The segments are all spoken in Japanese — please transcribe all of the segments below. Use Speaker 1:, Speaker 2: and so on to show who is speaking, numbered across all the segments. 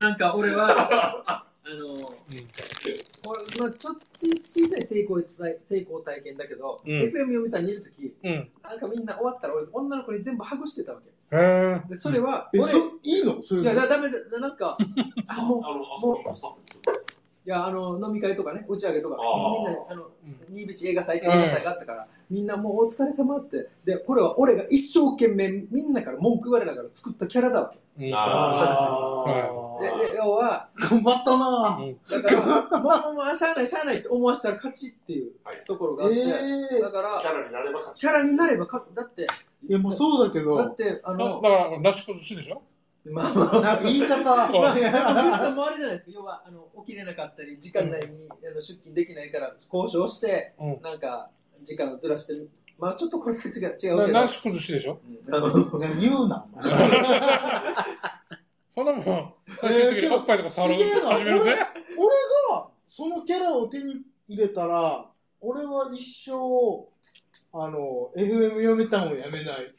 Speaker 1: なんか俺は、あの、俺まあ、ちょっち小さい成功体成功体験だけど、
Speaker 2: うん
Speaker 1: FM 読みたいにいるとき、
Speaker 2: うん。うん。
Speaker 1: なんかみんな終わったら俺、女の子に全部ハグしてたわけ。
Speaker 2: へえ。
Speaker 1: でそれは、
Speaker 3: え、
Speaker 1: 俺、
Speaker 3: そいいのそれ
Speaker 1: じゃあ、だめだ、なんか、あもう、
Speaker 4: あの、あ
Speaker 1: もう
Speaker 4: そうそう
Speaker 1: いや、あの、飲み会とかね、打ち上げとか、
Speaker 4: あー
Speaker 1: みんなで、あの、
Speaker 2: うん
Speaker 1: 新淵映画祭って映画祭があったから、みんなもうお疲れ様って、で、これは俺が一生懸命みんなから文句言われながら作ったキャラだわけ。
Speaker 2: うん
Speaker 1: でで要は、
Speaker 3: 頑張ったな
Speaker 1: だから、まあまあ、しゃあない、しゃあないって思わせたら勝ちっていう
Speaker 4: はい
Speaker 1: ところがあって、
Speaker 3: え
Speaker 1: だから
Speaker 4: キ、ャラになれば勝ち。
Speaker 1: キャラになればか、だって、
Speaker 3: えいや、まあそうだけ
Speaker 1: だ
Speaker 3: ど
Speaker 1: っ、て、あ
Speaker 2: だだ
Speaker 1: の
Speaker 2: か、ら、なし崩しでしょ
Speaker 1: まあまあ、
Speaker 3: なんか言い方、
Speaker 1: まあ、福士さんもあるじゃないですか、要はあの起きれなかったり、時間内に、あの出勤できないから交渉して、
Speaker 2: うん
Speaker 1: なんか時間をずらしてる、まあちょっとこれ違う違うけど、
Speaker 2: だなし崩しでしょ
Speaker 1: うんあの
Speaker 3: 言うな。
Speaker 2: そ
Speaker 3: お前
Speaker 2: んなもん、最終的におっぱいとか触る
Speaker 3: えーけど
Speaker 2: 始める
Speaker 3: すげ
Speaker 2: ぜ
Speaker 3: え。俺がそのキャラを手に入れたら俺は一生あの FM 読めたんをやめない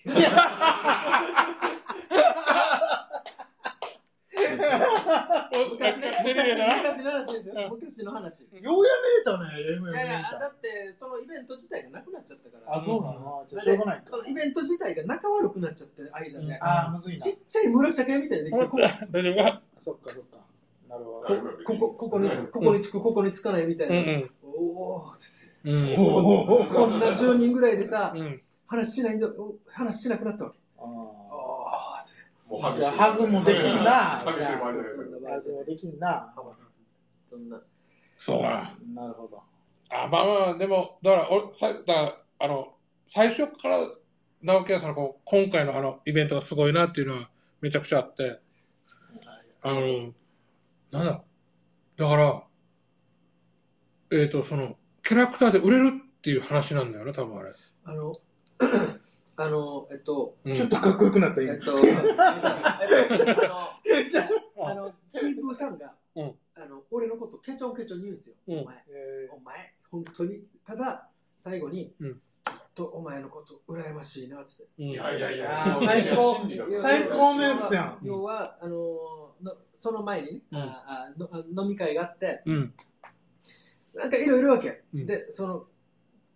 Speaker 2: お
Speaker 1: 昔の
Speaker 2: 出てる
Speaker 1: 昔
Speaker 2: や
Speaker 1: の
Speaker 2: な。
Speaker 1: 昔の話ですよ、
Speaker 2: う
Speaker 1: 昔の話。い
Speaker 3: ようやめれたね FM 読
Speaker 1: やいや
Speaker 3: め、た
Speaker 1: だってそのイベント自体がなくなっちゃったから、
Speaker 3: あそうなのじゃあしょうがない
Speaker 1: そ
Speaker 3: か
Speaker 1: のイベント自体が仲悪くなっちゃって、間で、
Speaker 2: うん
Speaker 3: ああむずいな
Speaker 1: ちっちゃい村社会みたいにできて、こ
Speaker 2: 大丈夫か
Speaker 3: そっかそっかなるほ
Speaker 4: なれ
Speaker 3: ど
Speaker 4: ば別
Speaker 1: こ
Speaker 4: に
Speaker 1: こここにここにつく、ここにつかないみたい
Speaker 2: うん
Speaker 1: な、
Speaker 2: うん。
Speaker 1: おおーって
Speaker 2: うん
Speaker 4: お
Speaker 3: お
Speaker 1: こんな10人ぐらいでさ、
Speaker 2: うん。
Speaker 1: 話しないのお話しなくなったわけ。
Speaker 3: お
Speaker 1: ああ、つ
Speaker 4: もう
Speaker 3: じゃあハグもできんな
Speaker 4: ハグしてる場合じゃない
Speaker 1: そんな場合
Speaker 3: ラ
Speaker 1: じ
Speaker 3: ジ
Speaker 1: ゃな
Speaker 3: オ
Speaker 1: い
Speaker 3: できんな
Speaker 1: そんな。
Speaker 2: そうか。
Speaker 3: なるほど
Speaker 2: あ、まあまあ、でも、だから、俺、さ、だから、あの、最初から、直樹はその、こう今回のあの、イベントがすごいなっていうのは、めちゃくちゃあって、あの、なんだ、だから、えっ、と、その、キャラクターで売れるっていう話なんだよな、多分あれ。
Speaker 1: あ の、あの、えっと、
Speaker 2: うん
Speaker 3: ちょっとかっこよくなった
Speaker 1: え
Speaker 3: 今
Speaker 1: っと、えっとあの、あの、キープーさんが、
Speaker 2: うん
Speaker 1: あの、俺のことケチョンケチョン言うんですよ。
Speaker 2: うん
Speaker 1: お前、お前、本当に、ただ、最後に、
Speaker 2: うん
Speaker 1: ちょっとお前のこと羨ましいな、つって。
Speaker 2: うん
Speaker 4: いやいやい
Speaker 3: あ
Speaker 4: や、
Speaker 3: ー最高
Speaker 4: 心理学
Speaker 3: 最高のやつやん
Speaker 1: 要は、あのの、その前にね、
Speaker 2: うん
Speaker 1: ああのあ飲み会があって、
Speaker 2: うん。
Speaker 1: なんかいろいろいるわけ、
Speaker 2: うん
Speaker 1: でその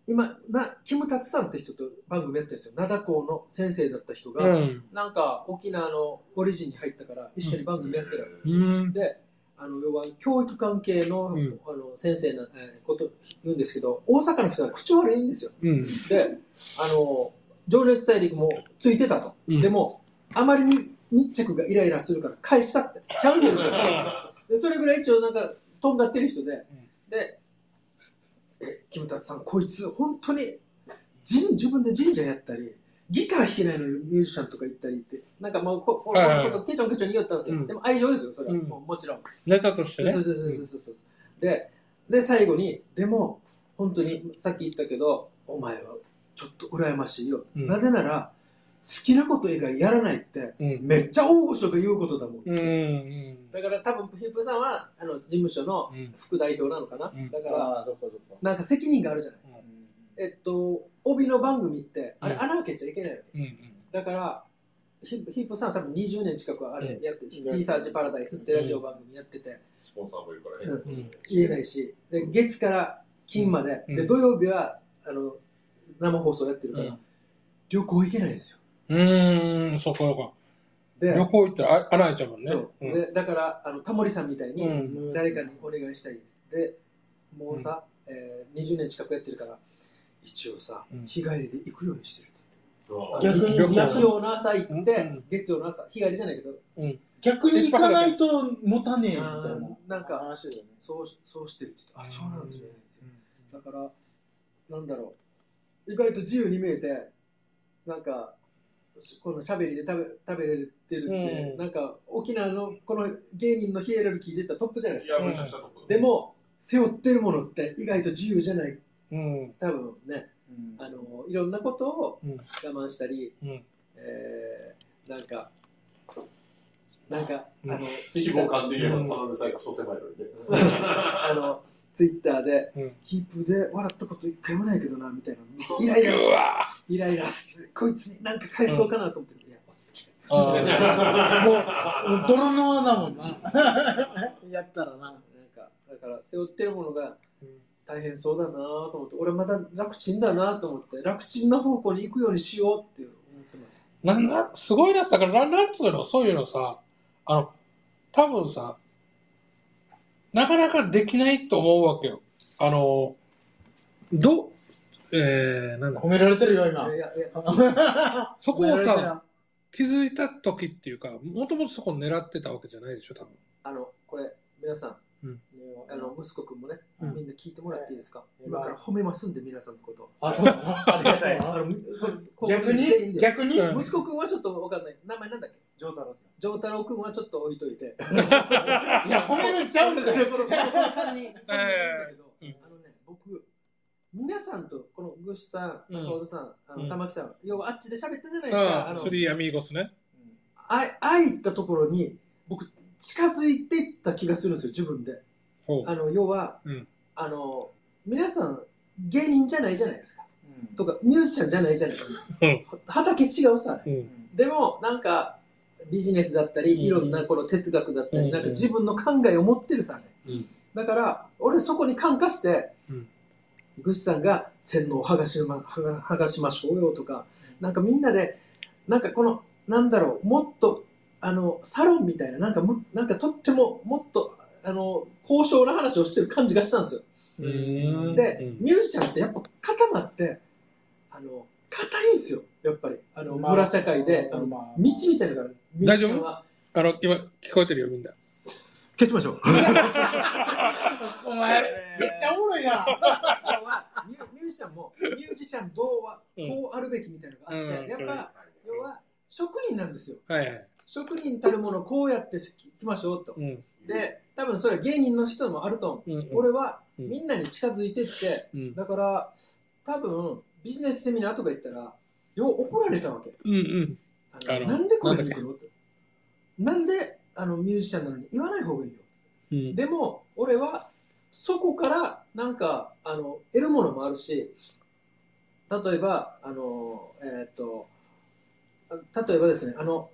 Speaker 1: 今なキムタツさんって人と番組やってるんですよ灘高の先生だった人が、
Speaker 2: うん。
Speaker 1: なんか沖縄のオリジンに入ったから一緒に番組やってるわけ、
Speaker 2: うん。
Speaker 1: であの要は教育関係の,、
Speaker 2: うん
Speaker 1: あの先生の、えーこと言うんですけど大阪の人は口悪いんですよ
Speaker 2: うん。
Speaker 1: であの情熱大陸もついてたと、
Speaker 2: うん
Speaker 1: でもあまりに密着がイライラするから返したってキャンセルしたってでそれぐらい一応なんかとんがってる人で、でえキムタツさんこいつ本当に人自分で神社やったりギター弾けないのにミュージシャンとか行ったりってなんかもうここ
Speaker 2: はいはいはい
Speaker 1: このことケチョンケチョンに言いよったんですよ、
Speaker 2: うん
Speaker 1: でも愛情ですよそれは、
Speaker 2: うん
Speaker 1: もうもちろん
Speaker 2: ネタとして
Speaker 1: そう
Speaker 2: ね
Speaker 1: そう。そうそうそうそうでで最後にでも本当にさっき言ったけどお前はちょっと羨ましいよ、
Speaker 2: うん
Speaker 1: なぜなら好きなこと以外やらないって
Speaker 2: うん。
Speaker 1: めっちゃ大御所が言うことだもん、
Speaker 2: うん。うん。
Speaker 1: だから多分ヒップさんはあの事務所の
Speaker 2: うん
Speaker 1: 副代表なのかな、
Speaker 2: うん
Speaker 1: だから
Speaker 3: ああどっかどっか
Speaker 1: なんか責任があるじゃない
Speaker 3: うん
Speaker 1: えっと帯の番組ってあれ
Speaker 2: うん
Speaker 1: 穴開けちゃいけないわけ、
Speaker 2: うん。
Speaker 1: だからヒップヒップさんは多分20年近くあれ
Speaker 2: う
Speaker 1: やって、T サーチパラダイスってラジオ番組やってて、
Speaker 4: スポンサーもいるから
Speaker 1: う
Speaker 4: ね
Speaker 1: ん。
Speaker 2: うん
Speaker 1: 言えないしで月から金まで,、
Speaker 2: うん
Speaker 1: で土曜日はあの生放送やってるから、
Speaker 2: うん
Speaker 1: 旅行行けないんですよ
Speaker 2: うーん、そこか。
Speaker 1: で,、
Speaker 2: 旅行行ってあ穴開いちゃうもんね。
Speaker 1: そう
Speaker 2: うん
Speaker 1: でだからあのタモリさんみたいに、
Speaker 2: うん
Speaker 1: 誰かにお願いしたいでもうさ、えー20年近くやってるから一応さ、
Speaker 2: うん
Speaker 1: 日帰りで行くようにしてる
Speaker 4: あ
Speaker 3: 逆に旅行
Speaker 1: 日曜の朝行って、
Speaker 2: うん
Speaker 1: 月曜の朝日帰りじゃないけど、
Speaker 3: 逆に行かないと持たねえみたいな
Speaker 1: なんか
Speaker 3: 話だよね
Speaker 1: そうそうしてるって言ってあそうなんですね、
Speaker 2: う
Speaker 1: だからなんだろう意外と自由に見えてなんかこのしゃべりで食べ食べれてるって、
Speaker 2: うん
Speaker 1: なんか沖縄のこの芸人のヒエラルキーで言ったらトップじゃないで
Speaker 4: い
Speaker 1: すか
Speaker 4: や、めちゃくちゃとこ。
Speaker 1: でも背負ってるものって意外と自由じゃない
Speaker 2: ん。うん。
Speaker 1: 多分ね
Speaker 3: うん
Speaker 1: あのいろんなことを
Speaker 2: うん
Speaker 1: 我慢したり、
Speaker 2: うん
Speaker 1: えーなんかなんか、
Speaker 2: うん
Speaker 1: あのツイ
Speaker 4: 希
Speaker 1: ッタ
Speaker 4: 望
Speaker 1: ー
Speaker 4: 感で言えば、田辺さんがそう狭いのにね。
Speaker 1: あのツイッターで、
Speaker 2: うん
Speaker 1: ヒープで笑ったこと一回もないけどなみたいなの見てイライラして
Speaker 2: うわ
Speaker 1: イライラしてこいつに何か返そうかなと思って、いや落ち着けって
Speaker 2: あ
Speaker 3: もう、泥の穴もんな。やったらな。
Speaker 1: なんかだから背負ってるものが大変そうだなと思って俺また楽ちんだなと思って楽ちんな方向に行くようにしようって思ってます
Speaker 2: ーなんだ、すごいな、だから、ななんつうの、そういうのさ、あの、多分さ、なかなかできないと思うわけよ。あの、ど、えー、なんだ、
Speaker 3: 褒められてるよ、
Speaker 1: いや
Speaker 3: 今。
Speaker 1: いやいや
Speaker 2: そこ
Speaker 3: 褒
Speaker 2: を
Speaker 3: められてる
Speaker 2: さ、
Speaker 3: な
Speaker 2: 気づいた時っていうか、もともとそこ狙ってたわけじゃないでしょ、多分。
Speaker 1: あのこれ皆さん、
Speaker 2: うん
Speaker 1: あの息子くんもね、
Speaker 2: うん
Speaker 1: みんな聞いてもらっていいですか、
Speaker 3: ええ
Speaker 1: 今から褒めますんで皆さんのこと
Speaker 3: あ、そうなのありがたい
Speaker 1: あの
Speaker 3: な。
Speaker 1: これこう
Speaker 3: 逆
Speaker 1: 全員
Speaker 3: に
Speaker 1: で
Speaker 3: 逆に
Speaker 2: うん
Speaker 1: 息子くんはちょっとわかんない名前なんだっけ
Speaker 3: ジョータロ
Speaker 1: 丈太郎くんはちょっと置いとい て
Speaker 3: いや、褒めるんちゃうんだよ。
Speaker 1: このこの3人、3人いるんだけど、
Speaker 2: え
Speaker 1: あのね、僕、皆さんと、このグシさん、
Speaker 2: うん
Speaker 1: 中尾さん、あ
Speaker 2: うん
Speaker 1: の玉木さん、要はあっちで喋ったじゃないですか、あ
Speaker 2: あ
Speaker 1: の
Speaker 2: スリーアミーゴスね。
Speaker 1: あいああいったところに、僕、近づいていった気がするんですよ、自分で。
Speaker 2: ほう
Speaker 1: あの要は、
Speaker 2: うん
Speaker 1: あの、皆さん、芸人じゃないじゃないですか、
Speaker 3: うん
Speaker 1: とか、ミュージシャンじゃないじゃないですか、
Speaker 2: うん
Speaker 1: は畑違うさ、
Speaker 2: うん。
Speaker 1: でも、なんか、ビジネスだった
Speaker 2: うん
Speaker 1: り、いろんなこの哲学だった
Speaker 2: うんう
Speaker 1: り、
Speaker 2: ん
Speaker 1: なんか自分の考えを持ってるさね
Speaker 2: うん。
Speaker 1: だから、俺そこに感化して
Speaker 2: うん、
Speaker 1: グシさんが洗脳を剥がしま、剥が剥がしましょうよとか、なんかみんなで、なんかこの、なんだろう、もっと、あの、サロンみたいな、なんかむ、なんかとっても、もっと、あの、高尚な話をしてる感じがしたんですよ。
Speaker 2: うん
Speaker 1: で、
Speaker 2: うん
Speaker 1: ミュージシャンってやっぱ固まって、あの、硬いんですよ、やっぱり。あの、
Speaker 3: まあ
Speaker 1: 村社会で、あの、
Speaker 3: まあ
Speaker 1: 道みたいなのがある。
Speaker 2: 大丈夫
Speaker 1: ミュージシャンは
Speaker 2: あの、今、聞こえてるよ、みんな。
Speaker 1: 消しましょう。
Speaker 3: お前、めっちゃおもろいな。
Speaker 1: 要はミュミュージシャンも、ミュージシャンどうは、
Speaker 2: うん
Speaker 1: こうあるべきみたいなのがあって、
Speaker 2: うん
Speaker 1: やっぱ、要は、職人なんですよ。
Speaker 2: はいはい。
Speaker 1: 職人たるもの、こうやってしきましょうと
Speaker 2: う。ん。
Speaker 1: で、多分それは芸人の人もあると思う。
Speaker 2: うん。
Speaker 1: 俺は、
Speaker 2: うん
Speaker 1: みんなに近づいてって、
Speaker 2: うん。
Speaker 1: だから、多分、ビジネスセミナーとか行ったら、よう怒られたわけ。
Speaker 2: うんうん。
Speaker 1: あの
Speaker 2: あの
Speaker 1: なんでこれに行くのって。なんで、あの、ミュージシャンなのに言わない方がいいよ。
Speaker 2: うん。
Speaker 1: でも俺はそこからなんかあの得るものもあるし例えばあのえーっとあ例えばですねあの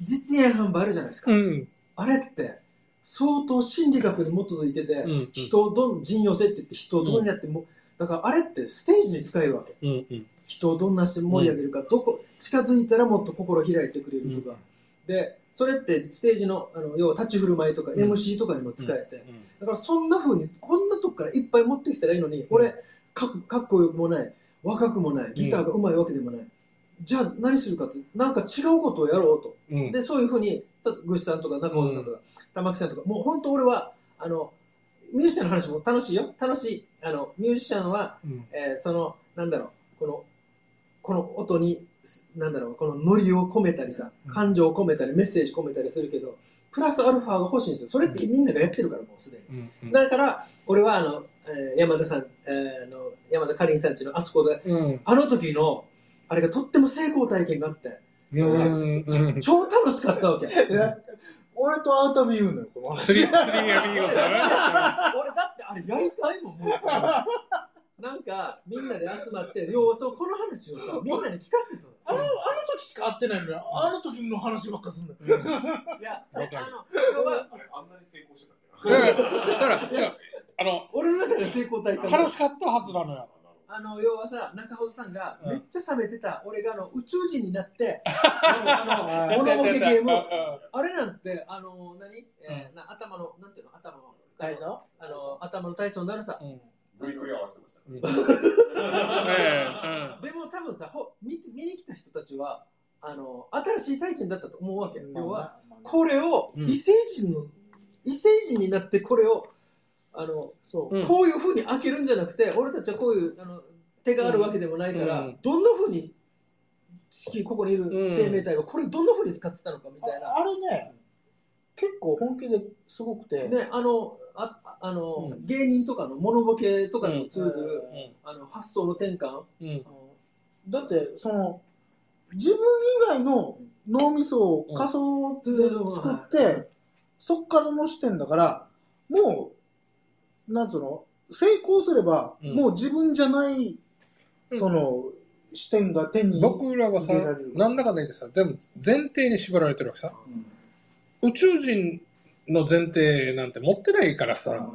Speaker 1: 実演販売あるじゃないですか、
Speaker 2: うん。
Speaker 1: あれって相当心理学に基づいてて、
Speaker 2: うん。
Speaker 1: 人をどん人寄せって言って人をどうやっても、だからあれってステージに使えるわけ
Speaker 2: うん。うん。
Speaker 1: 人をどんなして盛り上げるか、どこ近づいたらもっと心開いてくれるとか、でそれってステージのあの要は立ち振る舞いとか
Speaker 2: うん
Speaker 1: MC とかにも使えて、だからそんな風にこんなとこからいっぱい持ってきたらいいのに俺かっかっこよくもない若くもないギターが上手いわけでもない、じゃあ何するかってなんか違うことをやろうと、
Speaker 2: うん。
Speaker 1: でそういう風にたグシさんとか中本さんとか、玉木さんとかもう本当俺はあのミュージシャンの話も楽しいよ楽しいあのミュージシャンは、
Speaker 2: うん。
Speaker 1: えーそのなんだろうこのこの音にすなんだろうこのノリを込めたりさ
Speaker 2: うん
Speaker 1: 感情を込めたりメッセージ込めたりするけどプラスアルファが欲しいんですよそれってみんながやってるからもうすでに。
Speaker 2: うん。
Speaker 1: だから、俺はあの、えー山田さん、えーあの山田かりんさんちのあそこで、
Speaker 2: うん。
Speaker 1: あの時の、あれがとっても成功体験があって、
Speaker 2: うん。うん。
Speaker 1: 超楽しかったわけ。 俺、だ
Speaker 3: いや俺と会うたび言うのよ、この
Speaker 2: スリー、
Speaker 3: 話。
Speaker 2: スリーアミーゴスだ
Speaker 1: ってあれやりたいもん、もう。なんか、みんなで集まって、要はそうこの話を さ、みんなに聞かせて
Speaker 3: あ
Speaker 1: た
Speaker 3: の、あ
Speaker 1: の
Speaker 3: の時しか会ってないのよ。あの時の話ばっかすんだよ。
Speaker 1: いや、
Speaker 2: わ
Speaker 1: で
Speaker 2: かる
Speaker 1: あの、要は、
Speaker 4: あれあんなに成功してたっけ
Speaker 2: な。
Speaker 4: な。
Speaker 2: だから、だから、違う。あの、
Speaker 1: 俺の中で成功体験が
Speaker 2: 楽しかったはずなのよ。
Speaker 1: あの要はさ中ほどさんが
Speaker 2: うん
Speaker 1: めっちゃ冷めてた、俺があの宇宙人になって あの物ボケゲームあれなんてあの何、えーな頭のなんていうの頭の
Speaker 3: 大丈夫
Speaker 1: あの頭の体操になるさ、
Speaker 2: うん。
Speaker 4: ブリクリ合わせてましたね。
Speaker 2: え
Speaker 1: でも多分さほ見見に来た人たちはあの新しい体験だったと思うわけ、要は
Speaker 3: まあまあ
Speaker 1: これを
Speaker 2: うん
Speaker 1: 異星人の、異星人になってこれをあのそう、
Speaker 2: うん
Speaker 1: こういうふうに開けるんじゃなくて俺たちはこういうあの手があるわけでもないから、
Speaker 2: うん
Speaker 1: どんなふうに地球ここにいる
Speaker 2: うん
Speaker 1: 生命体がこれどんなふうに使ってたのかみたいな、
Speaker 3: ああれね、結構本気ですごくて。
Speaker 1: ねあのあああの、
Speaker 2: うん
Speaker 1: 芸人とかのモノボケとかにも通ずる、
Speaker 3: うん
Speaker 2: う
Speaker 1: あの発想の転換
Speaker 2: ん。うん。
Speaker 3: だってその自分以外の脳みそを仮想で作って、
Speaker 1: うん
Speaker 3: そっからの視点だからもうなんつうの成功すれば、
Speaker 2: うん
Speaker 3: もう自分じゃない、
Speaker 2: うん
Speaker 3: その視点が手に
Speaker 2: 僕らはさ
Speaker 3: 入れられる、
Speaker 2: なんだかんだ言ってさ、全部前提に縛られてるわけさ。宇宙人の前提なんて持ってないからさ、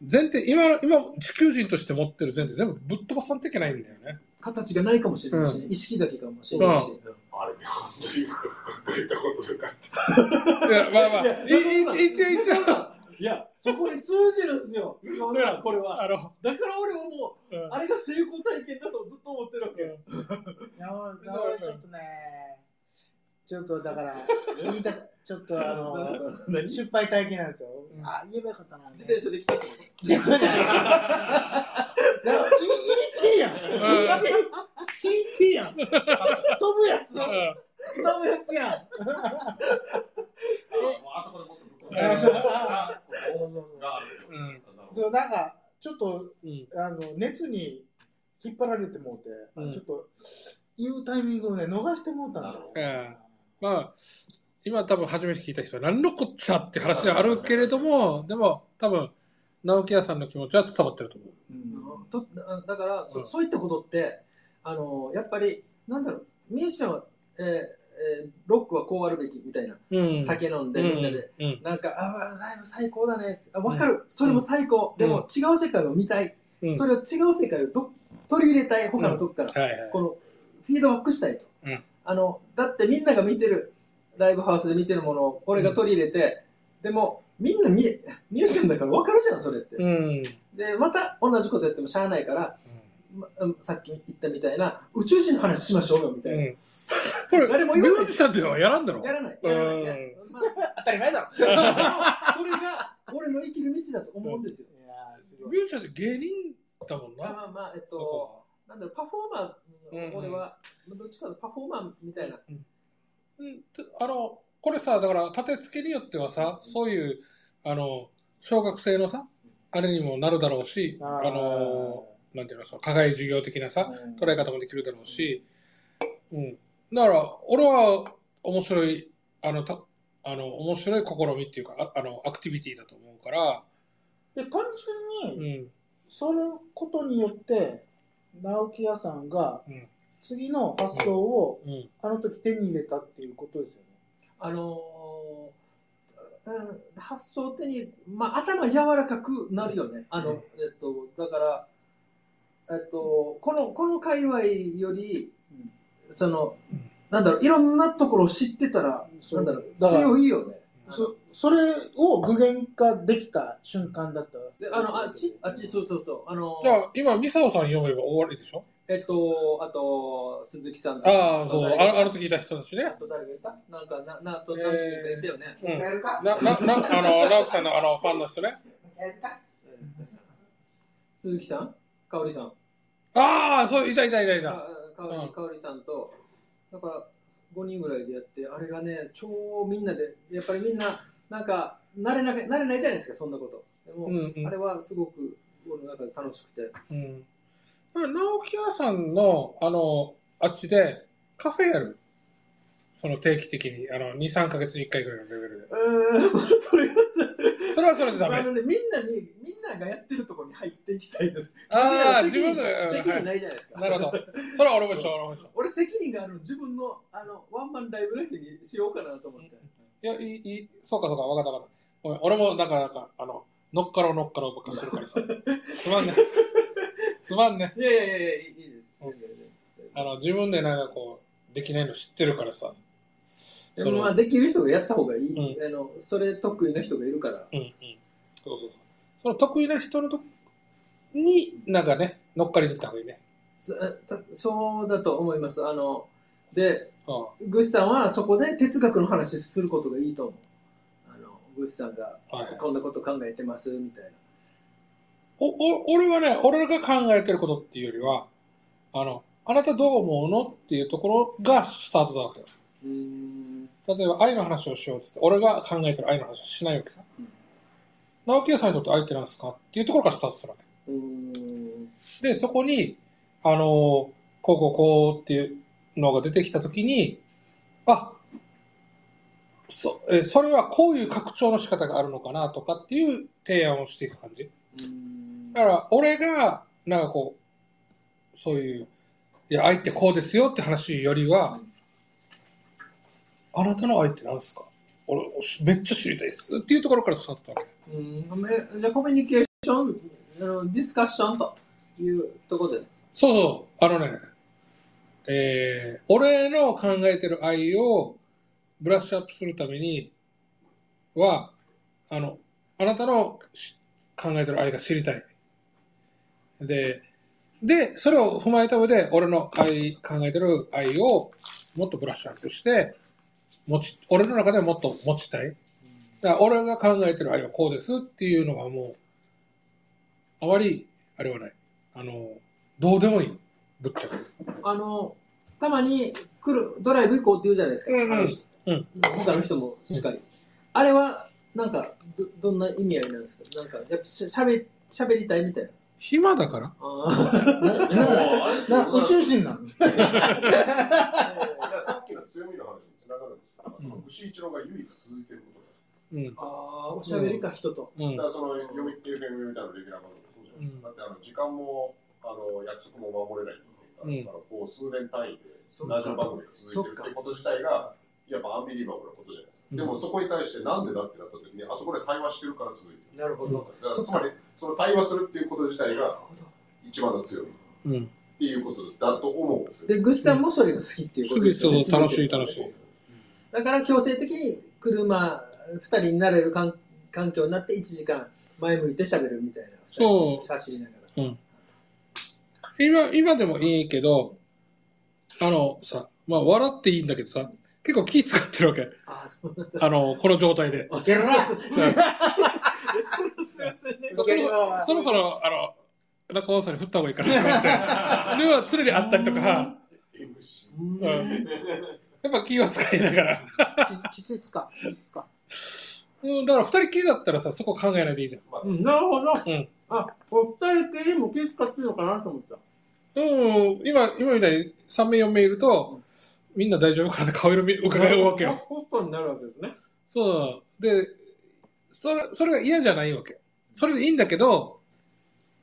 Speaker 2: 前提、今の、今、地球人として持ってる前提全部ぶっ飛ばさなきゃいけないんだよね。
Speaker 1: 形がないかもしれないしね、意識だけかもしれないし。
Speaker 4: あれで本当によく言ったことなかっ
Speaker 2: いや、まあまあ、
Speaker 1: いや
Speaker 2: いい一応一応、
Speaker 1: いや、そこに通じるんですよ、今
Speaker 2: 本さ
Speaker 1: これは。
Speaker 2: あの、
Speaker 1: だから俺はも
Speaker 2: う
Speaker 1: う、
Speaker 2: ん
Speaker 1: あれが成功体験だとずっと思ってるわけ。
Speaker 3: いや俺だからちょっとねちょっとだ から言いたくちょっとあ
Speaker 1: なんす
Speaker 3: の
Speaker 1: か何自
Speaker 3: 失敗体験なんですよ、
Speaker 2: うん
Speaker 3: あ言えばよかったなみたいな
Speaker 1: 転車できたってこと
Speaker 3: いや、そうじゃ ない。だから言い切りやん。言い切り言い切りやん。飛ぶやつ。
Speaker 2: う
Speaker 3: 飛ぶやつやん。
Speaker 4: た。もうあそこでもっとぶっ込んであここがある
Speaker 2: ん。
Speaker 3: そう、なんか、ちょっと、
Speaker 2: うん。
Speaker 3: あの、熱に引っ張られてもうて、
Speaker 2: うん
Speaker 3: ちょっと、言うタイミングをね、逃してもうたんだよ。
Speaker 2: うんまあ、今多分初めて聞いた人は何のこっちゃって話はあるけれども、でも多分、直木屋さんの気持ちは伝わってると思う。
Speaker 1: うんとだだから、
Speaker 2: う
Speaker 1: そ
Speaker 2: ん
Speaker 1: そういったことってあのやっぱりなんだろうミュージシャンは、えーえーロックはこうあるべきみたいな、
Speaker 2: うん。
Speaker 1: 酒飲んで
Speaker 2: うん
Speaker 1: みんなで、
Speaker 2: うん。
Speaker 1: なんかああ最最高だねあ分かる、それも最高、でも違う世界を見たい、
Speaker 2: うん。
Speaker 1: それを違う世界をど取り入れたい他のとこから、
Speaker 2: はいはい。
Speaker 1: このフィードバックしたいと、
Speaker 2: うん
Speaker 1: あのだってみんなが見てるライブハウスで見てるものを俺が取り入れて、でもみんなミュミュージシャンだから分かるじゃんそれって、
Speaker 2: うん。
Speaker 1: でまた同じことやってもしゃあないからまうんさっき言ったみたいな宇宙人の話しましょうよみたいな、
Speaker 2: うんこれ、
Speaker 1: 誰も
Speaker 2: ミ
Speaker 1: 言わな
Speaker 2: ュ
Speaker 1: い
Speaker 2: ージシャンではやらんだろ。
Speaker 1: やらないやらないやらない、ま
Speaker 3: 当たり前だろ。
Speaker 1: あ、それが俺の生きる道だと思うんですよ、
Speaker 3: いやー、すご
Speaker 2: ミ
Speaker 3: い。
Speaker 2: ュージシャンって芸人だもん
Speaker 1: まあ
Speaker 2: な。
Speaker 1: まあまあえっと
Speaker 2: そこ
Speaker 1: なんだろうパフォーマーの、
Speaker 2: うんうん
Speaker 1: 俺はどっちかというとパフォーマーみたいな、
Speaker 2: うんてあの、これさ、だから、立て付けによってはさ、そういう、あの、小学生のさ、あれにもなるだろうし、あの、なんていうの、その課外授業的なさ、
Speaker 3: うん
Speaker 2: 捉え方もできるだろうし、うん。だから、俺は面白い、あの、たあの、面白い試みっていうか、ああの、アクティビティだと思うから、
Speaker 3: で、単純
Speaker 2: う
Speaker 3: に、
Speaker 2: ん。
Speaker 3: そのことによって、直木屋さんが
Speaker 2: うん、
Speaker 3: 次の発想を、
Speaker 2: うん。
Speaker 3: あの時手に入れたっていうことですよね。
Speaker 1: あのーうん発想手に、まあ、頭柔らかくなるよねあの、
Speaker 2: うん
Speaker 1: えっと、だから、えっと、このこの界隈より
Speaker 3: うん
Speaker 1: その、なんだろういろんなところを知ってたら
Speaker 3: そう
Speaker 1: なんだろう
Speaker 3: だから
Speaker 1: 強いよね。
Speaker 3: そそれを具現化できた瞬間だった
Speaker 1: であのあっちあっちそうそうそうあの
Speaker 2: じゃあ、今、ミサオさん読めば終わりでしょ
Speaker 1: えっとあと鈴木さんと
Speaker 2: ああ、そう、
Speaker 1: 誰
Speaker 2: あ
Speaker 1: が
Speaker 2: あの時いた人たちね
Speaker 1: あ。と誰がいたなんかななと
Speaker 2: えー
Speaker 1: 何人かいたよね、
Speaker 2: うん。
Speaker 3: やるか
Speaker 2: な、な、な、あ の、ラークさんの、あの、ファンの人ね。
Speaker 3: やるか
Speaker 1: 鈴木さん香織さん
Speaker 2: ああ、そう、いたいたいたい
Speaker 1: か
Speaker 2: た。
Speaker 1: かおり
Speaker 2: うん
Speaker 1: かおりさんとだから5人ぐらいでやってあれがね超みんなでやっぱりみんななんか慣れな慣れないじゃないですかそんなことでも、
Speaker 2: うんうん
Speaker 1: あれはすごく俺の中で楽しくて
Speaker 2: うん。直木屋さんの、あの、あっちで、カフェやる。その定期的に、あの、2、3ヶ月に1回ぐらいのレベル
Speaker 1: うんそれが
Speaker 2: で。それはそれでダメ。
Speaker 1: あ
Speaker 2: あ
Speaker 1: のねみんなにみんながやってるところに入っていきたいです
Speaker 2: あー、
Speaker 1: 責
Speaker 2: 自
Speaker 1: 任
Speaker 2: 分で、うん
Speaker 1: 責
Speaker 2: は
Speaker 1: 任
Speaker 2: い
Speaker 1: ないじゃないですか、
Speaker 2: なるほど。それは俺も一緒、俺も一緒。
Speaker 1: 俺責任があるの自分のあのワンマンライブだけにしようかなと思って、
Speaker 2: いや、いい、いい、そうかそうか、わかったわかった。ごめん、俺もなんか、なんか、あの、乗っかろう乗っかろうばっかするからさ。つまんね。つまんね。
Speaker 1: いやいやいやいやいいです、
Speaker 2: うん
Speaker 1: いいです
Speaker 2: あの、自分でなんかこう、できないの知ってるからさ。
Speaker 1: で
Speaker 2: そ
Speaker 1: も
Speaker 2: の
Speaker 1: まあできる人がやった方がいい、あのそれ得意な人がいるから、
Speaker 2: うんうん。そうそうそう。その得意な人のとこに、なんかね、乗っかりに行った方がいいね。
Speaker 1: そたそうだと思いますあので
Speaker 2: うん。
Speaker 1: グシさんはそこで哲学の話することがいいと思うあのグシさんが
Speaker 2: はい
Speaker 1: こんなこと考えてますみたいな、
Speaker 2: お、お、俺はね、俺が考えてることっていうよりは、あの、あなたどう思うのっていうところがスタートだわけよ。
Speaker 1: うーん
Speaker 2: 例えば愛の話をしようっつって、俺が考えてる愛の話はしないわけさ。
Speaker 1: うん
Speaker 2: 直木屋さんにとって相手なんですかっていうところからスタートするわけ。
Speaker 1: うーん
Speaker 2: で、そこに、あのーこうこうこうっていうのが出てきたときに、あ、そ、えーそれはこういう拡張の仕方があるのかなとかっていう提案をしていく感じ。
Speaker 1: うーん
Speaker 2: だから、俺が、なんかこう、そういう、いいや愛ってこうですよって話よりは、あなたの愛って何ですか俺めっちゃ知りたいっすっていうところからスタートだね
Speaker 1: うんごめんじゃあコミュニケーションあのディスカッションというところです
Speaker 2: そうそうあのねえー、俺の考えてる愛をブラッシュアップするためにはあのあなたのし考えてる愛が知りたいででそれを踏まえた上で俺の愛考えてる愛をもっとブラッシュアップして持ち俺の中でもっと持ちたいだから俺が考えてる愛はこうですっていうのはもうあまりあれはないあのどうでもいいぶっちゃけ
Speaker 1: あのたまに来るドライブ行こうって言うじゃないですか、
Speaker 2: うんうん
Speaker 1: あの
Speaker 2: うん
Speaker 1: 他の人もしっかり、あれはなんかどどんな意味合いなんですかなんかやっぱしゃべしゃべりたいみたいな
Speaker 2: 暇だから
Speaker 1: あ
Speaker 4: でも、あれですよ
Speaker 3: な宇宙人なの
Speaker 4: いやさっきの強みの話につながるんですけど、その牛一郎が唯一続いてることだ。
Speaker 2: うん
Speaker 1: ーあーおしゃべりか人と、
Speaker 2: うん
Speaker 4: だからその読み FM みたいなレギュラー番組もそうじゃないですか。だってあの時間もあの約束も守れないっていうか、あのこう数年単位でラジオ番組が続いてるっていうこと自体が、やっぱアンビリバブルなことじゃないですか。
Speaker 2: うん
Speaker 4: でもそこに対してなんでだってなった時に、あそこで対話してるから続いてる。
Speaker 1: なるほど、
Speaker 4: だからつまり、その対話するっていうこと自体が一番の強みっ
Speaker 2: うん
Speaker 4: ていうことだと思うんですよ。
Speaker 1: でグッさんもそれが好きっていうこ
Speaker 2: す
Speaker 1: と
Speaker 2: ぐ
Speaker 1: ですよね
Speaker 2: そう楽しい楽しい
Speaker 1: だから強制的に車2人になれる環環境になって1時間前向いてしゃべるみたいな
Speaker 2: そう
Speaker 1: 差し入れながら
Speaker 2: 今今でもいいけどあのさまあ笑っていいんだけどさ結構気使ってるわけ
Speaker 1: ああそうなんです
Speaker 2: あのこの状態 で
Speaker 3: ゲラ
Speaker 1: すいませんね
Speaker 2: そろそろそろあの中尾さんに振った方がいいか なと思ってでは常にあったりとか、
Speaker 4: MC
Speaker 2: うん、やっぱ気を使いながら、
Speaker 3: 季節か季節か
Speaker 2: うん、だから二人きりだったらさそこ考えないでいいじゃん
Speaker 1: うんなるほど、
Speaker 2: うん
Speaker 1: あお二人きりも気使ってるのかなと思ってた
Speaker 2: うん、今、今みたいに3名4名いると、みんな大丈夫かなって顔色見伺うわけよ。
Speaker 1: ホストになるわけですね
Speaker 2: そう。で、それ、それが嫌じゃないわけ。それでいいんだけど、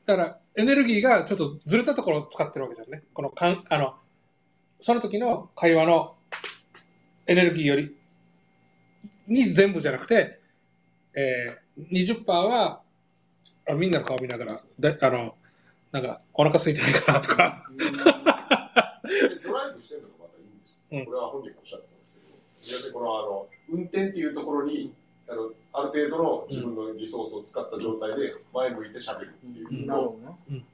Speaker 2: だから、エネルギーがちょっとずれたところを使ってるわけじゃんね。このかん、あの、その時の会話のエネルギーより、に全部じゃなくて、えー、20%は、あみんなの顔見ながら、だあの、なんか、お腹空いてないかなとか、
Speaker 4: ドライブしてるのがまたいいんですよ、
Speaker 2: うん
Speaker 4: これは本人がおっしゃってたんですけど、要するにこのあの運転っていうところにあの、ある程度の自分のリソースを使った状態で前向いてしゃべるっていう
Speaker 3: なる
Speaker 4: の
Speaker 3: ほどね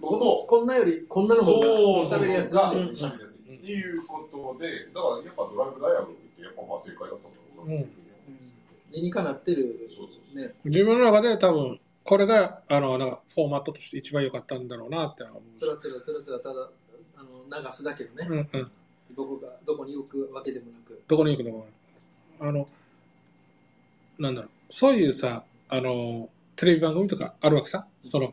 Speaker 4: ことを、
Speaker 1: こんなよりこんなの方
Speaker 4: そう
Speaker 1: が喋りやすい
Speaker 4: が
Speaker 1: んで
Speaker 4: しゃべりやすいっていうことで、だからやっぱドライブダイアログってやっぱまあ正解だと思う。
Speaker 2: うん
Speaker 1: 理にかなってる
Speaker 4: そうそう
Speaker 1: ね
Speaker 2: 自分の中で多分これがあのなんかフォーマットとして一番良かったんだろうなって思う。
Speaker 1: つらつらつらつらただあの流すだけのね、
Speaker 2: うんうん。
Speaker 1: どこがどこに行くわけでもなく
Speaker 2: どこに行くのかなあの、なんだろう。そういうさ、あの、テレビ番組とかあるわけさ。その、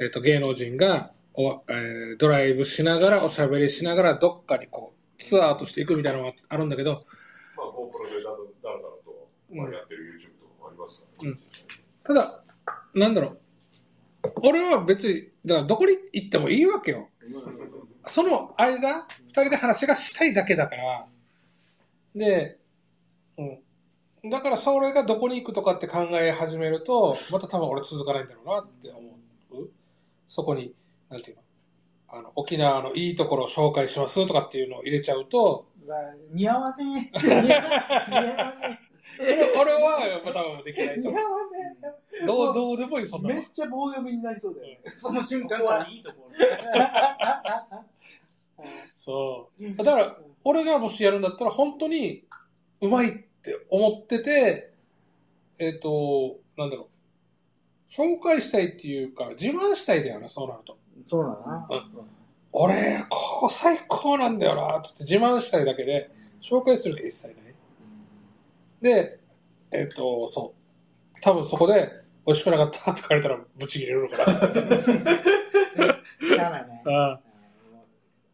Speaker 2: えっ、と、芸能人がお、えードライブしながら、おしゃべりしながら、どっかにこう、ツアーとして行くみたいなのがあるんだけど、
Speaker 4: まあ GoPro でだらだらだらと、まあ、やってる YouTube とかもありますから、
Speaker 2: うんただ、なんだろう。俺は別に、だからどこに行ってもいいわけよ。その間、二人で話がしたいだけだから。で、うん。だからそれがどこに行くとかって考え始めると、また多分俺続かないんだろうなって思う。そこに、なんていうの、あの、沖縄のいいところを紹介しますとかっていうのを入れちゃうと、
Speaker 3: うわ似合わねえ似合わね
Speaker 2: 俺はやっぱ多分できな
Speaker 3: え
Speaker 2: い
Speaker 3: 似
Speaker 2: と
Speaker 3: 合
Speaker 2: 思
Speaker 3: わねえ
Speaker 2: う。どう、どうでもいい、そんな
Speaker 3: め
Speaker 2: の
Speaker 3: っ。ちゃ棒読みになりそうだよね。その瞬間
Speaker 5: ここ
Speaker 3: か
Speaker 5: は
Speaker 3: ら。
Speaker 5: いいところ。
Speaker 2: そう。だから、俺がもしやるんだったら、本当にうまいって思ってて、えっ、と、なんだろう、紹介したいっていうか、自慢したいだよな、そうなると。
Speaker 3: そうだな。
Speaker 2: 俺、ここ最高なんだよな、つって自慢したいだけで、紹介する気一切ない。で、えっ、と、そう。多分そこで、美味しくなかったって言われたら、ブチ切れるのかな。
Speaker 3: しゃあないね。
Speaker 2: あ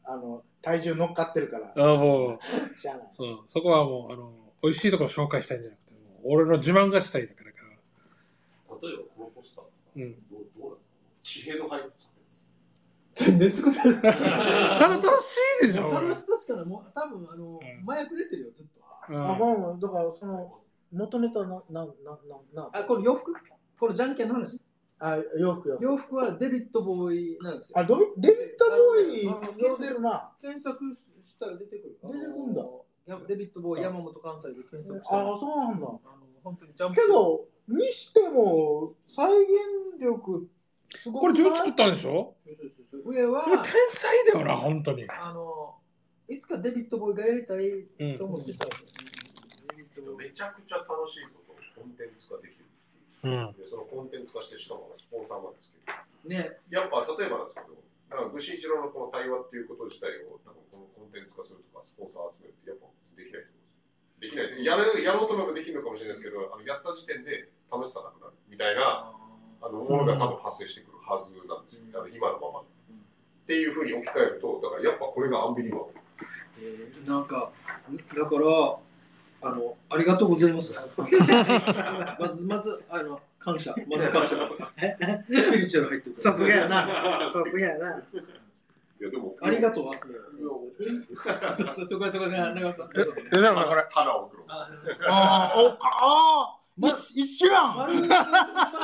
Speaker 3: あの、体重乗っかってるから、
Speaker 2: あ、もう、
Speaker 3: しゃあない。
Speaker 2: そうそこはもう、あの、美味しいところ紹介したいんじゃなくて、もう俺の自慢がしたいだからか
Speaker 4: 例えばこのポスターとか、
Speaker 2: うん
Speaker 4: どうどうなんですか地平の配列作ってるんですよ。
Speaker 1: 寝尽くされて
Speaker 2: 楽しいでしょ俺
Speaker 1: 楽しさしかないもう多分あの、
Speaker 2: うん
Speaker 1: 麻薬出てるよずっと
Speaker 2: う
Speaker 3: あ
Speaker 2: ん
Speaker 3: ごめんごめんだからその元ネタななななな
Speaker 1: あこの洋服このじゃんけんの話
Speaker 3: あ洋服よ
Speaker 1: 洋服はデビットボーイなんですよ
Speaker 3: あドビデビッド・ボーイ似てるな
Speaker 1: 検索したら出てくる
Speaker 3: 出てくんだ
Speaker 1: やデビットボーイ山本関西で検
Speaker 3: あ
Speaker 1: 索したらあの
Speaker 3: そうなんだ
Speaker 1: 本当にジャンプ
Speaker 3: けどにしても再現力すご
Speaker 2: これ
Speaker 3: く
Speaker 2: 自
Speaker 3: ない
Speaker 2: 分作ったんでしょ
Speaker 1: そうそうそうそう上は
Speaker 2: これ天才だよな本当に
Speaker 1: あのいつかデビットボーイがやりたいと思ってた、デビットボーイ
Speaker 4: めちゃくちゃ楽しいことをコンテンツ化できるっていう
Speaker 2: うん
Speaker 4: でそのコンテンツ化してしかもスポンサーまでつける
Speaker 1: ね
Speaker 4: やっぱ例えばなんですけどなんか串一郎のこの対話っていうこと自体を多分このコンテンツ化するとかスポンサー集めるってやっぱできないと思うんですよできないでやるやろうと思えばできるのかもしれないですけどあのやった時点で楽しさなくなるみたいなあのものが多分発生してくるはずなんですよ、あの今のまま、っていうふうに置き換えるとだからやっぱこれがアンビリバボー
Speaker 1: えーなんか、だから、あの、ありがとうござい ます。まず、まず、あの、感謝。まず 感謝。スピリチュアル入ってるから。
Speaker 3: さすがやなさすがやない
Speaker 4: やでも
Speaker 1: あり
Speaker 4: と
Speaker 1: がとうは集める。
Speaker 4: う
Speaker 1: そうそうそこそこで、長さん。
Speaker 2: えじゃあこれ
Speaker 4: 花を送ろう
Speaker 1: あ
Speaker 5: あーおかあーい一緒やん
Speaker 1: 丸っきり丸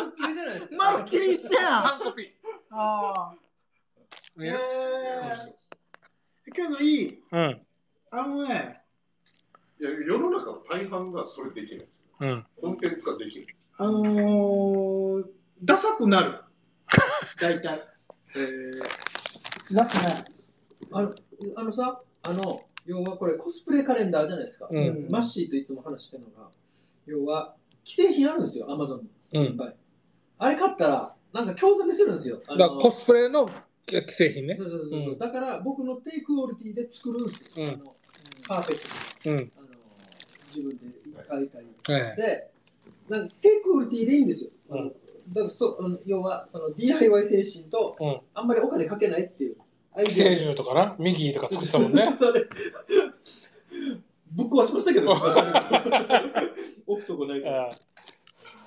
Speaker 1: っきりじゃないですか。
Speaker 5: まるっきり一緒やんあ
Speaker 2: ンコピ
Speaker 5: あ
Speaker 2: ー
Speaker 3: え
Speaker 2: ね
Speaker 3: ーけどいい
Speaker 2: うん
Speaker 3: あのね
Speaker 4: いや世の中の大半がそれできない
Speaker 2: うん
Speaker 4: コンテンツ化できない
Speaker 3: あのー、ダサくなる大体
Speaker 1: えー
Speaker 3: なくない
Speaker 1: あの、あのさ、あの、要はこれコスプレカレンダーじゃないですか。
Speaker 2: うん
Speaker 1: マッシーといつも話してるのが、要は、既製品あるんですよ、アマゾンに。
Speaker 2: う
Speaker 1: いっ
Speaker 2: ん
Speaker 1: ぱい。あれ買ったら、なんか興ざめするんですよ。あ
Speaker 2: だ
Speaker 1: の
Speaker 2: からコスプレの既製品ね
Speaker 1: そうそうそうそう、
Speaker 2: うん
Speaker 1: だから僕の低クオリティで作るんですよ、
Speaker 2: うん
Speaker 1: あのパーフェクト
Speaker 2: うん
Speaker 1: にあの自分で書いたり、
Speaker 2: ええ
Speaker 1: でなんか低クオリティでいいんですよ、あの
Speaker 2: うん
Speaker 1: だからそあの要はその DIY 精神と
Speaker 2: うん
Speaker 1: あんまりお金かけないっていうアイ
Speaker 2: 寄生獣とかなミギーとか作ったも ん ね
Speaker 1: それぶっ壊しました けど置くとこないから
Speaker 2: あ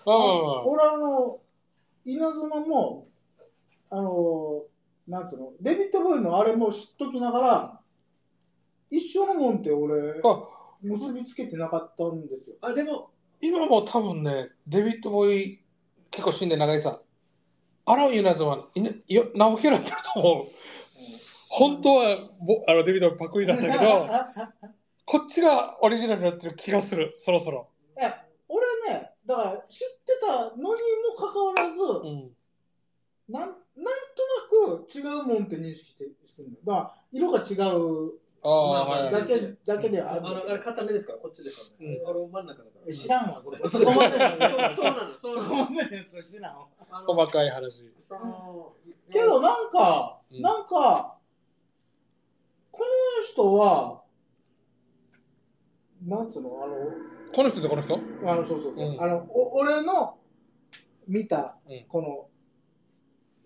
Speaker 2: ああ
Speaker 3: 俺あの稲妻もあのなんつうのデビッド・ボーイのあれも知っときながら一緒のもんって俺
Speaker 2: あ
Speaker 3: 結びつけてなかったんですよ
Speaker 1: あでも
Speaker 2: 今も多分ね、デビッド・ボーイ、結構死んで長いさ、アラン・ユナズは、いなよ直樹なんだと思う。本当はぼあのデビッドのパクリなんだけど、こっちがオリジナルになってる気がする、そろそろ。
Speaker 3: いや 俺ねだから知ってたのにもかかわらず、
Speaker 2: うん。
Speaker 3: なんなんとなく違うもんって認識してしてるだから色が違う
Speaker 2: ああ、
Speaker 1: まあまあ
Speaker 2: はい
Speaker 1: ざ
Speaker 3: だけだけで
Speaker 1: あ
Speaker 3: ある、
Speaker 1: のあれ固めですからこっちですからね、
Speaker 2: う
Speaker 1: あれ真ん中だから
Speaker 3: え知らんわそこそ
Speaker 1: そ
Speaker 3: こ
Speaker 1: う
Speaker 3: まで
Speaker 1: な
Speaker 3: の
Speaker 1: のそう
Speaker 3: そ
Speaker 1: なの
Speaker 3: こまでのやつ知らんわ
Speaker 1: あの
Speaker 2: 細かい話。
Speaker 1: その
Speaker 3: けどなんか、
Speaker 2: うん
Speaker 3: なんかこの人はなんつうの
Speaker 2: この人とこの人
Speaker 3: あのあのそうそうそう、
Speaker 2: うん
Speaker 3: あのお俺の見た
Speaker 2: うん
Speaker 3: この、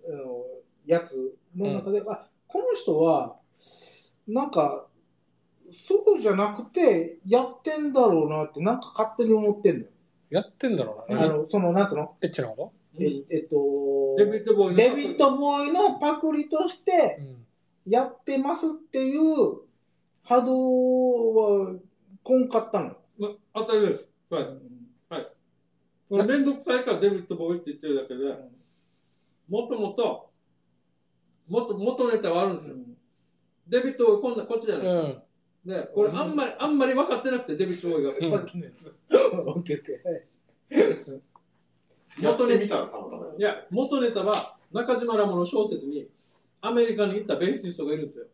Speaker 3: あのやつの中で、あこの人はなんかそうじゃなくてやってんだろうなってなんか勝手に思ってんのよ、
Speaker 2: やってんだろう
Speaker 3: あ
Speaker 2: な。
Speaker 3: のそのなんつうの、
Speaker 2: エッチなこ
Speaker 3: ええっと
Speaker 1: デビッド・ボーイ
Speaker 3: デビッド・ボーイのパクリとして
Speaker 2: とうん。
Speaker 3: やってますっていう波動はこんかったの。
Speaker 6: まあ、当たりです。はい。これ、めんどくさいからデビットボーイって言ってるだけで、もともと、もっと元ネタはあるんですよ。デビットボーイ、今度はこっちじゃないうですか。
Speaker 2: ん。
Speaker 6: で、これ、あんまり、あんまり分かってなくて、デビットボーイが。
Speaker 2: うん
Speaker 3: さっきのやつ。 オッケーオッケ
Speaker 4: やってみたらたまたま
Speaker 6: いや、元ネタは、中島らもの小説に、アメリカに行ったベーシストがいるんですよ。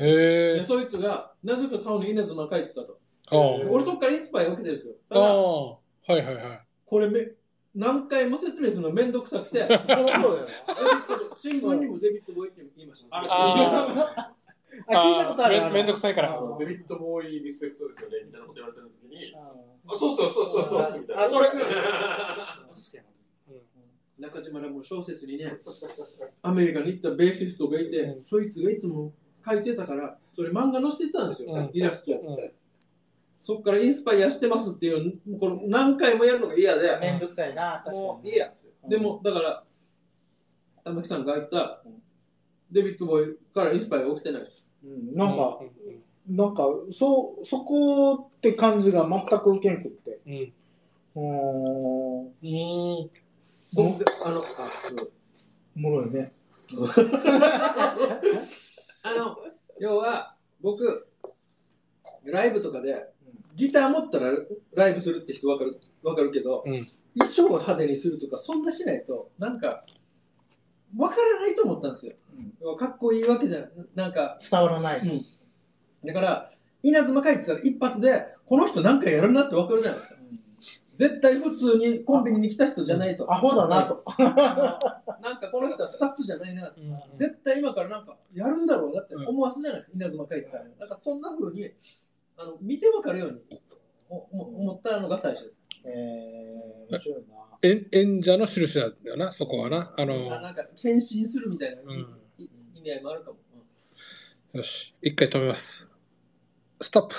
Speaker 2: へ
Speaker 6: で、
Speaker 2: え。
Speaker 6: そいつが、なぜか顔に稲妻書いてたと。
Speaker 2: ああ。
Speaker 6: 俺、そっからインスパイを受けてるんですよ。た
Speaker 2: あ
Speaker 6: だ、
Speaker 2: あ。はいはいはい。
Speaker 6: これめ、何回も説明するのめんどくさくて、デビッ
Speaker 3: ー。そうだよね。
Speaker 6: ト新聞にもデビットボーイって言いました。
Speaker 2: あ
Speaker 3: あ、聞いたことある。
Speaker 2: めめんどくさいから
Speaker 3: あ。の
Speaker 4: デビッド・ボーイリスペクトですよねみたいなこと言われてる時に
Speaker 3: あ
Speaker 4: あそうっすよそうっすよそうっすよみたいな
Speaker 3: あそれ
Speaker 6: 中島らも小説にね、アメリカに行ったベーシストがいて、
Speaker 2: う
Speaker 6: そいつがいつも書いてたから、それ漫画載せてたんですよ、
Speaker 2: うん
Speaker 6: イラストを。
Speaker 2: うん
Speaker 6: そっからインスパイアしてますっていう、もうこの何回もやるのが嫌で、
Speaker 3: めんどくさいな、確か
Speaker 6: もう
Speaker 3: に。
Speaker 6: いいや。でも、だから、玉木さんが言った、
Speaker 1: デビッド・ボーイからインスパイアが起きてないです。
Speaker 3: うん、なんか、なんか、そう、そこって感じが全く受けんくって。
Speaker 2: うん、うん
Speaker 3: うーん、お
Speaker 1: うん。僕であの、あ、そう
Speaker 3: もろいね。
Speaker 1: あの、要は、僕、ライブとかで、ギター持ったらライブするって人わかる、わかるけど、
Speaker 2: うん
Speaker 1: 衣装を派手にするとか、そんなしないと、なんか、わからないと思ったんですよ。要はかっこいいわけじゃななんか、
Speaker 7: 伝わらない。
Speaker 1: だから、稲妻書いてたら一発で、この人なんかやるなってわかるじゃないですか。絶対普通にコンビニに来た人じゃないと。
Speaker 7: アホだなと。
Speaker 1: なんかこの人はスタッフじゃないな。
Speaker 2: うん
Speaker 1: 絶対今からなんかやるんだろうなって思わすじゃないですか、稲妻書いてたら。なんかそんな風に、あの、見てわかるようにおお思ったのが最初です。
Speaker 3: えー、面白いな。
Speaker 2: 演演者の印なんだよな、そこはな。あの
Speaker 1: あなんか、献身するみたいな、
Speaker 2: うん
Speaker 1: い意味合いもあるかも。うん
Speaker 2: よし、一回止めます。ストップ。